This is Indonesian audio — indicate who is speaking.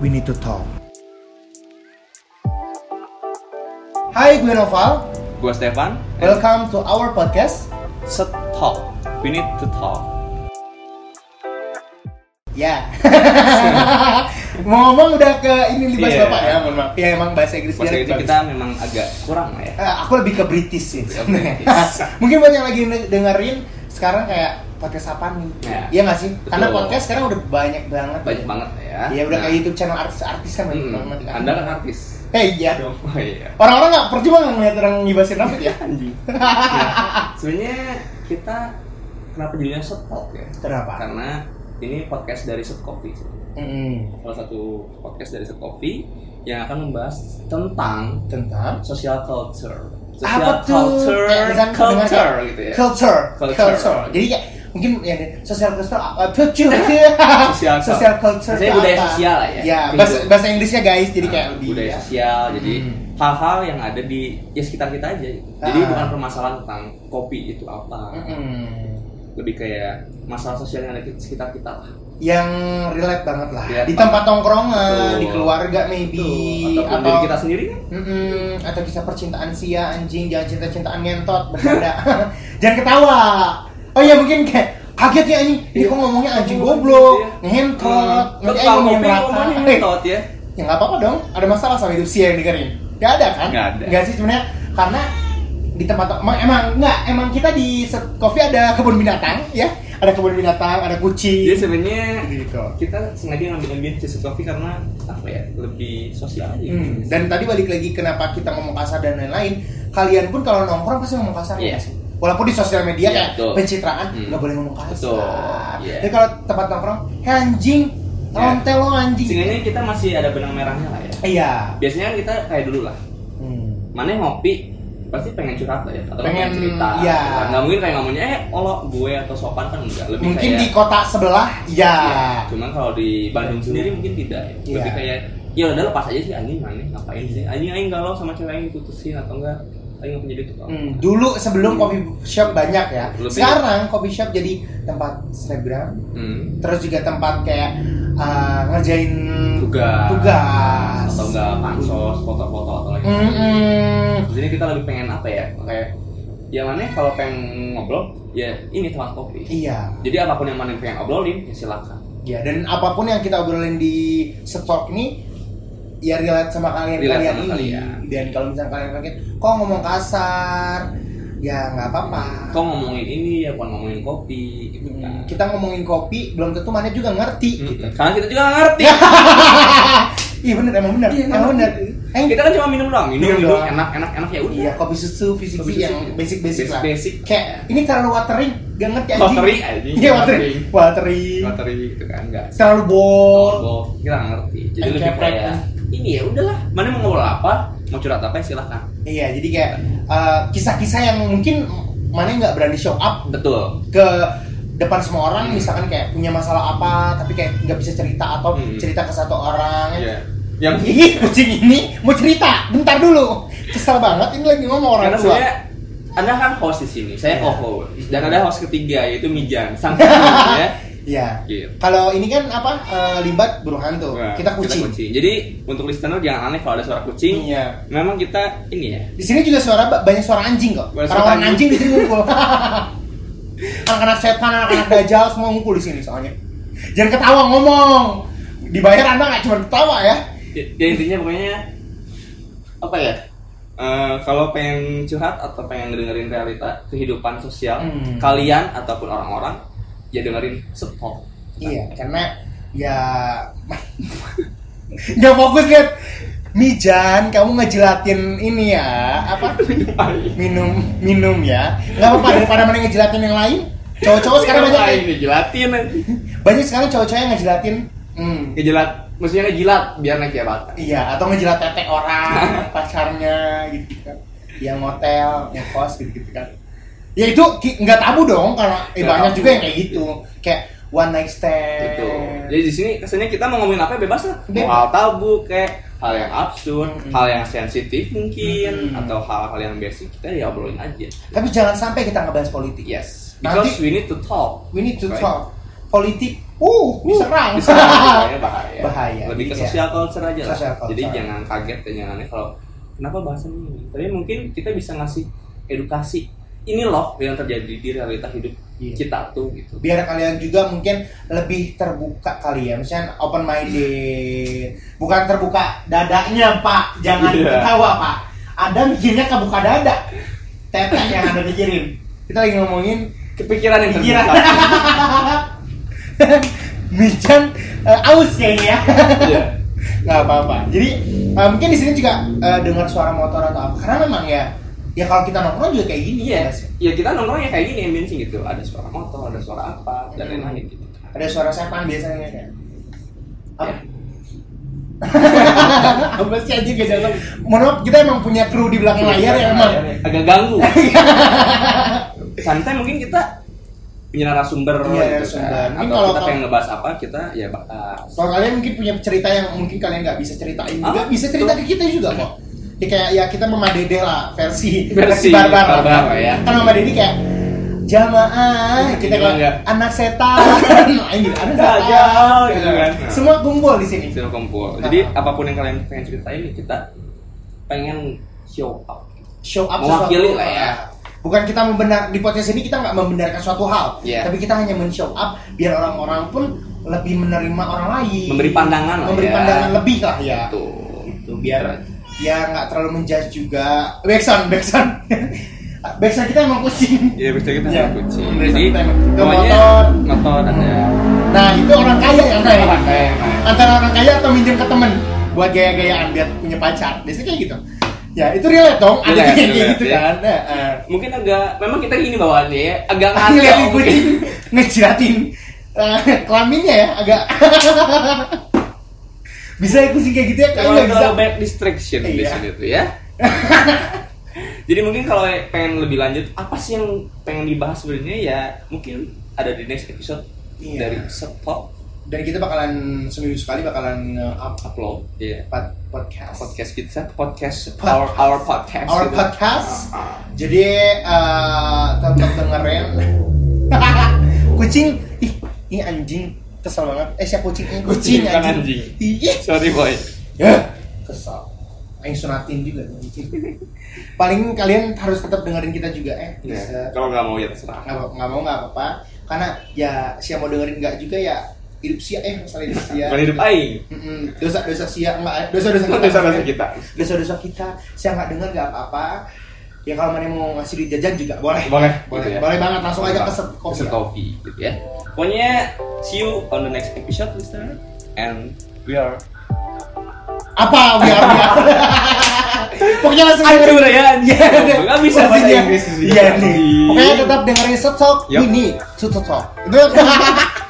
Speaker 1: we need to talk. Hai, gue Noval.
Speaker 2: Gue Stefan. and
Speaker 1: Welcome to our podcast.
Speaker 2: Set talk. We need to talk.
Speaker 1: Ya. Mau ngomong udah ke ini libas
Speaker 2: Iya.
Speaker 1: bapak ya, mohon maaf. Ya emang bahasa Inggris
Speaker 2: Masa itu
Speaker 1: bagus.
Speaker 2: kita memang agak kurang lah ya.
Speaker 1: Eh, aku lebih ke British sih.
Speaker 2: Ke
Speaker 1: sebenarnya.
Speaker 2: British.
Speaker 1: Mungkin buat yang lagi ne- dengerin sekarang kayak podcast apa nih?
Speaker 2: Ya.
Speaker 1: Iya nggak sih? Karena
Speaker 2: Betul.
Speaker 1: podcast sekarang udah banyak banget.
Speaker 2: Banyak banget ya.
Speaker 1: Iya udah
Speaker 2: Nah,
Speaker 1: kayak YouTube channel artis-artis kan banyak
Speaker 2: mm,
Speaker 1: banget. kan.
Speaker 2: Anda kan artis.
Speaker 1: Eh iya.
Speaker 2: Oh iya.
Speaker 1: Orang-orang nggak percuma nggak ngeliat orang ngibasin rambut ya?
Speaker 2: Anjing. Nah, Sebenarnya kita kenapa judulnya set talk ya?
Speaker 1: Kenapa?
Speaker 2: Karena ini podcast dari Set Coffee. sebenarnya.
Speaker 1: Mm-mm.
Speaker 2: Salah satu podcast dari Set Coffee yang akan membahas tentang
Speaker 1: Tentang
Speaker 2: social culture.
Speaker 1: Apa tuh?
Speaker 2: Social culture,
Speaker 1: Eh, misalkan
Speaker 2: culture
Speaker 1: pendengar-
Speaker 2: gitu ya.
Speaker 1: culture,
Speaker 2: Culture.
Speaker 1: culture. Jadi ya mungkin ya sosial culture, uh, culture,
Speaker 2: Sosial
Speaker 1: sosial culture.
Speaker 2: Maksudnya
Speaker 1: itu
Speaker 2: budaya
Speaker 1: apa?
Speaker 2: sosial lah ya.
Speaker 1: Ya
Speaker 2: Minggu.
Speaker 1: bahasa, bahasa Inggrisnya guys, jadi kayak
Speaker 2: Nah,
Speaker 1: lebih
Speaker 2: budaya
Speaker 1: ya.
Speaker 2: sosial jadi
Speaker 1: Hmm.
Speaker 2: hal-hal yang ada di ya sekitar kita aja gitu. jadi
Speaker 1: Ah.
Speaker 2: bukan permasalahan tentang kopi itu apa
Speaker 1: Mm-mm.
Speaker 2: lebih kayak masalah sosial yang ada di sekitar kita lah
Speaker 1: yang relate banget lah
Speaker 2: Relate
Speaker 1: di tempat tongkrongan
Speaker 2: Iya, Betul.
Speaker 1: di keluarga maybe
Speaker 2: Tuh, Gitu. ataupun
Speaker 1: atau
Speaker 2: diri kita sendiri kan
Speaker 1: Mm-mm, atau kisah percintaan sia anjing jangan cinta-cintaan ngentot bercanda jangan ketawa oh iya mungkin kayak kaget ya anjing ini
Speaker 2: Iya.
Speaker 1: kok ngomongnya anjing
Speaker 2: Iya,
Speaker 1: goblok
Speaker 2: iya.
Speaker 1: ngentot
Speaker 2: Hmm.
Speaker 1: nanti
Speaker 2: Lu
Speaker 1: aing
Speaker 2: kalau
Speaker 1: ngomongin
Speaker 2: kopi
Speaker 1: rata
Speaker 2: ngomongnya
Speaker 1: Eh,
Speaker 2: ngentot ya
Speaker 1: ya nggak apa-apa dong ada masalah sama hidup sia yang dengerin nggak ada kan
Speaker 2: Nggak ada.
Speaker 1: sih sebenarnya karena di tempat emang, emang nggak emang kita di set coffee ada kebun binatang ya ada kebun binatang ada kucing
Speaker 2: jadi sebenarnya
Speaker 1: gitu
Speaker 2: kita sengaja ngambil ambience di kopi karena apa ya lebih sosial aja gitu.
Speaker 1: Hmm, Dan tadi balik lagi kenapa kita ngomong kasar dan lain-lain. Kalian pun kalau nongkrong pasti ngomong kasar ya
Speaker 2: Iya.
Speaker 1: nggak sih? Walaupun di sosial media
Speaker 2: Iya,
Speaker 1: kayak
Speaker 2: betul.
Speaker 1: pencitraan
Speaker 2: Hmm.
Speaker 1: nggak boleh ngomong kasar.
Speaker 2: Betul, iya.
Speaker 1: Jadi kalau tempat nongkrong, "Hei, anjing,
Speaker 2: Iya.
Speaker 1: lonte lo anjing.
Speaker 2: seenggaknya kita masih ada benang merahnya lah ya
Speaker 1: Iya.
Speaker 2: biasanya kan kita kayak dulu lah
Speaker 1: Hmm.
Speaker 2: mana yang ngopi pasti pengen curhat lah ya atau
Speaker 1: Pengen,
Speaker 2: pengen, cerita
Speaker 1: iya.
Speaker 2: Kan? nggak mungkin kayak ngomongnya eh olo gue atau sopan kan enggak lebih
Speaker 1: Mungkin
Speaker 2: kayak
Speaker 1: di kota sebelah, ya.
Speaker 2: Iya. cuman kalau di Bandung sendiri mungkin tidak ya lebih
Speaker 1: Iya.
Speaker 2: kayak ya udah lepas aja sih anjing mana ngapain sih anjing aing galau sama cewek aing diputusin atau enggak aing nggak punya duit atau
Speaker 1: Hmm, dulu sebelum
Speaker 2: Hmm.
Speaker 1: coffee shop banyak ya.
Speaker 2: Lebih.
Speaker 1: Sekarang coffee shop jadi tempat selebgram,
Speaker 2: hmm.
Speaker 1: terus juga tempat kayak uh, ngerjain
Speaker 2: tugas
Speaker 1: tugas. Hmm,
Speaker 2: atau enggak pansos foto-foto atau lain
Speaker 1: Mm-mm.
Speaker 2: jadi kita lebih pengen apa ya kayak ya mana kalau pengen ngobrol ya ini tempat kopi
Speaker 1: Iya.
Speaker 2: jadi apapun yang mana yang pengen obrolin ya silakan
Speaker 1: Ya, dan apapun yang kita obrolin di stok ini ya relate sama kalian
Speaker 2: Relate
Speaker 1: kalian
Speaker 2: sama
Speaker 1: ini.
Speaker 2: kalian.
Speaker 1: Dan kalau misalnya kalian kaget, kok ngomong kasar? Ya nggak apa-apa.
Speaker 2: kok ngomongin ini ya bukan ngomongin kopi gitu kan Hmm.
Speaker 1: Hmm, Kita ngomongin kopi, belum tentu mana juga ngerti.
Speaker 2: Mm-mm. karena kita juga nggak ngerti
Speaker 1: Iya bener, emang bener,
Speaker 2: Iya,
Speaker 1: emang bener.
Speaker 2: ngerti.
Speaker 1: Eh,
Speaker 2: kita kan cuma minum doang minum
Speaker 1: Minum
Speaker 2: minum
Speaker 1: doang.
Speaker 2: enak enak enak ya udah
Speaker 1: iya kopi susu, fisik
Speaker 2: Kopi susu. iya.
Speaker 1: yang basic-basic lah.
Speaker 2: Basic-basic.
Speaker 1: Kayak ini terlalu watering, gak ngerti aja.
Speaker 2: Watering aja.
Speaker 1: Iya watering, watering.
Speaker 2: Notary gitu kan enggak
Speaker 1: Terlalu bol. kan.
Speaker 2: Notebook, kita nggak ngerti jadi
Speaker 1: Yang
Speaker 2: lebih
Speaker 1: keprek.
Speaker 2: kayak ini ya udahlah mana mau ngobrol apa mau curhat apa ya silahkan
Speaker 1: Iya, jadi kayak eh, kisah-kisah yang mungkin mana nggak berani show up
Speaker 2: betul
Speaker 1: ke depan semua orang
Speaker 2: Hmm.
Speaker 1: misalkan kayak punya masalah apa tapi kayak nggak bisa cerita atau
Speaker 2: Hmm.
Speaker 1: cerita ke satu orang
Speaker 2: iya yang
Speaker 1: Ih, kucing ini mau cerita bentar dulu kesel banget ini lagi ngomong orang
Speaker 2: karena
Speaker 1: tua
Speaker 2: saya anda kan host di sini saya
Speaker 1: Iya.
Speaker 2: co-host dan ada host ketiga yaitu Mijan sang kucing, ya
Speaker 1: ya
Speaker 2: Gitu.
Speaker 1: kalau ini kan apa eh, limbat burung hantu
Speaker 2: Nah,
Speaker 1: kita kucing
Speaker 2: jadi untuk listener jangan aneh kalau ada suara kucing
Speaker 1: iya
Speaker 2: memang kita ini ya
Speaker 1: di sini juga suara ba- banyak suara anjing kok
Speaker 2: Banyak
Speaker 1: orang
Speaker 2: suara
Speaker 1: orang anjing di sini ngumpul anak-anak setan anak-anak dajal semua ngumpul di sini soalnya jangan ketawa ngomong dibayar anda nggak cuma ketawa ya
Speaker 2: ya, ya intinya pokoknya apa ya Eh, kalau pengen curhat atau pengen dengerin realita kehidupan sosial
Speaker 1: Hmm.
Speaker 2: kalian ataupun orang-orang ya dengerin support
Speaker 1: Iya, karena ya nggak fokus lihat Mijan, kamu ngejilatin ini ya apa minum minum ya nggak apa-apa daripada mana ngejilatin yang lain cowok-cowok sekarang banyak
Speaker 2: Ngapain
Speaker 1: nih.
Speaker 2: ngejelatin
Speaker 1: banyak sekarang cowok-cowok yang ngejilatin hmm,
Speaker 2: ngejelat maksudnya ngejilat biar naik ya, jabatan
Speaker 1: iya atau ngejilat tetek orang pacarnya gitu kan yang hotel yang kos gitu gitu kan ya itu ki- nggak tabu dong karena eh,
Speaker 2: Nggak
Speaker 1: banyak
Speaker 2: tabu.
Speaker 1: juga yang kayak gitu kayak one night stand
Speaker 2: gitu jadi di sini kesannya kita mau ngomongin apa ya bebas lah mau
Speaker 1: Bebas. Hmm.
Speaker 2: hal tabu kayak hal yang absurd
Speaker 1: Mm-mm.
Speaker 2: hal yang sensitif mungkin
Speaker 1: Mm-mm.
Speaker 2: atau hal-hal yang basic kita ya obrolin aja
Speaker 1: Tapi jangan sampai kita ngebahas politik.
Speaker 2: yes
Speaker 1: Nanti-
Speaker 2: because we need to talk
Speaker 1: We need to
Speaker 2: Right.
Speaker 1: talk. politik uh, diserang,
Speaker 2: diserang bahaya, bahaya.
Speaker 1: Bahaya.
Speaker 2: lebih ke
Speaker 1: Iya.
Speaker 2: sosial culture aja lah
Speaker 1: Social culture.
Speaker 2: jadi jangan kaget dan jangan aneh kalau kenapa bahasan ini tapi mungkin kita bisa ngasih edukasi ini loh yang terjadi di realita hidup
Speaker 1: Iya.
Speaker 2: kita tuh gitu
Speaker 1: biar kalian juga mungkin lebih terbuka kali ya misalnya open minded bukan terbuka dadanya pak jangan
Speaker 2: Iya.
Speaker 1: ketawa pak ada mikirnya kebuka dada teteh yang ada mikirin kita lagi ngomongin
Speaker 2: kepikiran yang
Speaker 1: pikiran
Speaker 2: terbuka.
Speaker 1: Mijan eh, aus kayaknya ya
Speaker 2: Iya.
Speaker 1: nggak apa-apa jadi eh, mungkin di sini juga eh, dengar suara motor atau apa karena memang ya ya kalau kita nongkrong juga kayak gini
Speaker 2: Iya,
Speaker 1: ya sih?
Speaker 2: ya kita nongkrongnya kayak gini ambience gitu. Ada suara motor, ada suara apa, dan lain-lain gitu.
Speaker 1: ada suara sepan biasanya kan apa
Speaker 2: Ya.
Speaker 1: apa sih aja gak jalan mohon maaf kita emang punya kru di belakang
Speaker 2: Iya,
Speaker 1: layar ya, yang emang
Speaker 2: Ya. agak ganggu. Santai mungkin kita punya narasumber
Speaker 1: Iya,
Speaker 2: gitu
Speaker 1: narasumber.
Speaker 2: kan.
Speaker 1: Mungkin
Speaker 2: Atau
Speaker 1: kalau-
Speaker 2: kita
Speaker 1: kalau-
Speaker 2: pengen ngebahas apa, kita ya bahas.
Speaker 1: kalau kalian mungkin punya cerita yang mungkin kalian nggak bisa ceritain juga
Speaker 2: Ah,
Speaker 1: bisa cerita ke
Speaker 2: betul.
Speaker 1: kita juga kok ya kayak ya kita Mama Dede lah versi
Speaker 2: Versi
Speaker 1: barbar lah.
Speaker 2: barbar lah ya.
Speaker 1: kan Mama Dede kayak jamaah
Speaker 2: Iya,
Speaker 1: kita
Speaker 2: iya,
Speaker 1: kalau
Speaker 2: enggak.
Speaker 1: anak setan nah, ini anak
Speaker 2: Gagal,
Speaker 1: setan
Speaker 2: gitu kan.
Speaker 1: semua kumpul di sini
Speaker 2: Sudah kumpul. Jadi
Speaker 1: Ah.
Speaker 2: apapun yang kalian pengen ceritain ya kita pengen show up.
Speaker 1: show up
Speaker 2: Mewakili
Speaker 1: sesuatu.
Speaker 2: lah ya.
Speaker 1: Bukan kita membenar di podcast ini kita nggak membenarkan suatu hal,
Speaker 2: Iya.
Speaker 1: tapi kita hanya men-show up biar orang-orang pun lebih menerima orang lain.
Speaker 2: Memberi pandangan lah
Speaker 1: Memberi
Speaker 2: ya.
Speaker 1: pandangan lebih lah ya.
Speaker 2: Tuh.
Speaker 1: Gitu, biar ya nggak terlalu menjudge juga. Backsound, backsound. backsound kita emang pusing.
Speaker 2: Ya, bisa kita
Speaker 1: Iya.
Speaker 2: ada kucing.
Speaker 1: Bisa
Speaker 2: Jadi,
Speaker 1: kita emang- kita
Speaker 2: pokoknya
Speaker 1: motor.
Speaker 2: motor ada.
Speaker 1: Nah, itu orang kaya yang naik.
Speaker 2: Orang kaya yang naik.
Speaker 1: Antara orang kaya atau minjem ke temen buat gaya-gayaan biar punya pacar. Biasanya kayak gitu. Ya, itu relate dong. Ada
Speaker 2: Relate,
Speaker 1: kayak
Speaker 2: relate,
Speaker 1: gitu
Speaker 2: ya.
Speaker 1: kan. Nah, eh.
Speaker 2: Mungkin agak, memang kita gini bawaannya ya, agak
Speaker 1: Ah, ngeliatin
Speaker 2: ngaco.
Speaker 1: kucing ngejilatin eh, kelaminnya ya agak bisa ya kucing kayak gitu ya kayak
Speaker 2: Kalau
Speaker 1: nggak bisa
Speaker 2: terlalu banyak distraction di
Speaker 1: Iya.
Speaker 2: sini tuh ya. Jadi mungkin kalau pengen lebih lanjut, apa sih yang pengen dibahas sebenarnya ya mungkin ada di next episode
Speaker 1: Iya.
Speaker 2: dari Sepop
Speaker 1: dan kita bakalan seminggu sekali bakalan eh, up
Speaker 2: Upload ya
Speaker 1: pod- podcast
Speaker 2: podcast kita podcast
Speaker 1: Podcast.
Speaker 2: our our podcast
Speaker 1: our
Speaker 2: gitu.
Speaker 1: podcast
Speaker 2: Ah, ah.
Speaker 1: jadi eh, tetap dengerin kucing ih ini anjing kesel banget eh siapa kucing Eh,
Speaker 2: Kucing, kan,
Speaker 1: kucing
Speaker 2: bukan
Speaker 1: anjing ih
Speaker 2: Sorry boy.
Speaker 1: ya kesal Aing sunatin juga nih, kucing. paling kalian harus tetap dengerin kita juga eh
Speaker 2: Ya,
Speaker 1: bisa
Speaker 2: kalau nggak mau ya terserah.
Speaker 1: nggak apa- nggak mau nggak apa-apa karena ya siapa mau dengerin nggak juga ya hidup sia eh masalah hidup sia
Speaker 2: Bukan hidup aing.
Speaker 1: dosa dosa sia nggak dosa dosa kita
Speaker 2: Dosa dosa kita.
Speaker 1: dosa dosa kita siapa nggak denger nggak apa-apa ya kalau mana mau ngasih duit jajan juga boleh
Speaker 2: Boleh,
Speaker 1: boleh,
Speaker 2: gitu ya.
Speaker 1: boleh banget langsung aja ke set kopi
Speaker 2: Set kopi gitu ya. Pokoknya see you on the next episode, listener. And we are.
Speaker 1: apa biar biar pokoknya langsung dengerin
Speaker 2: Hancur ya, anjing. Nggak bisa
Speaker 1: Maksudnya,
Speaker 2: bahasa Inggris di sini.
Speaker 1: iya nih
Speaker 2: Anjing.
Speaker 1: pokoknya tetap dengerin set talk
Speaker 2: Yup.
Speaker 1: ini set talk itu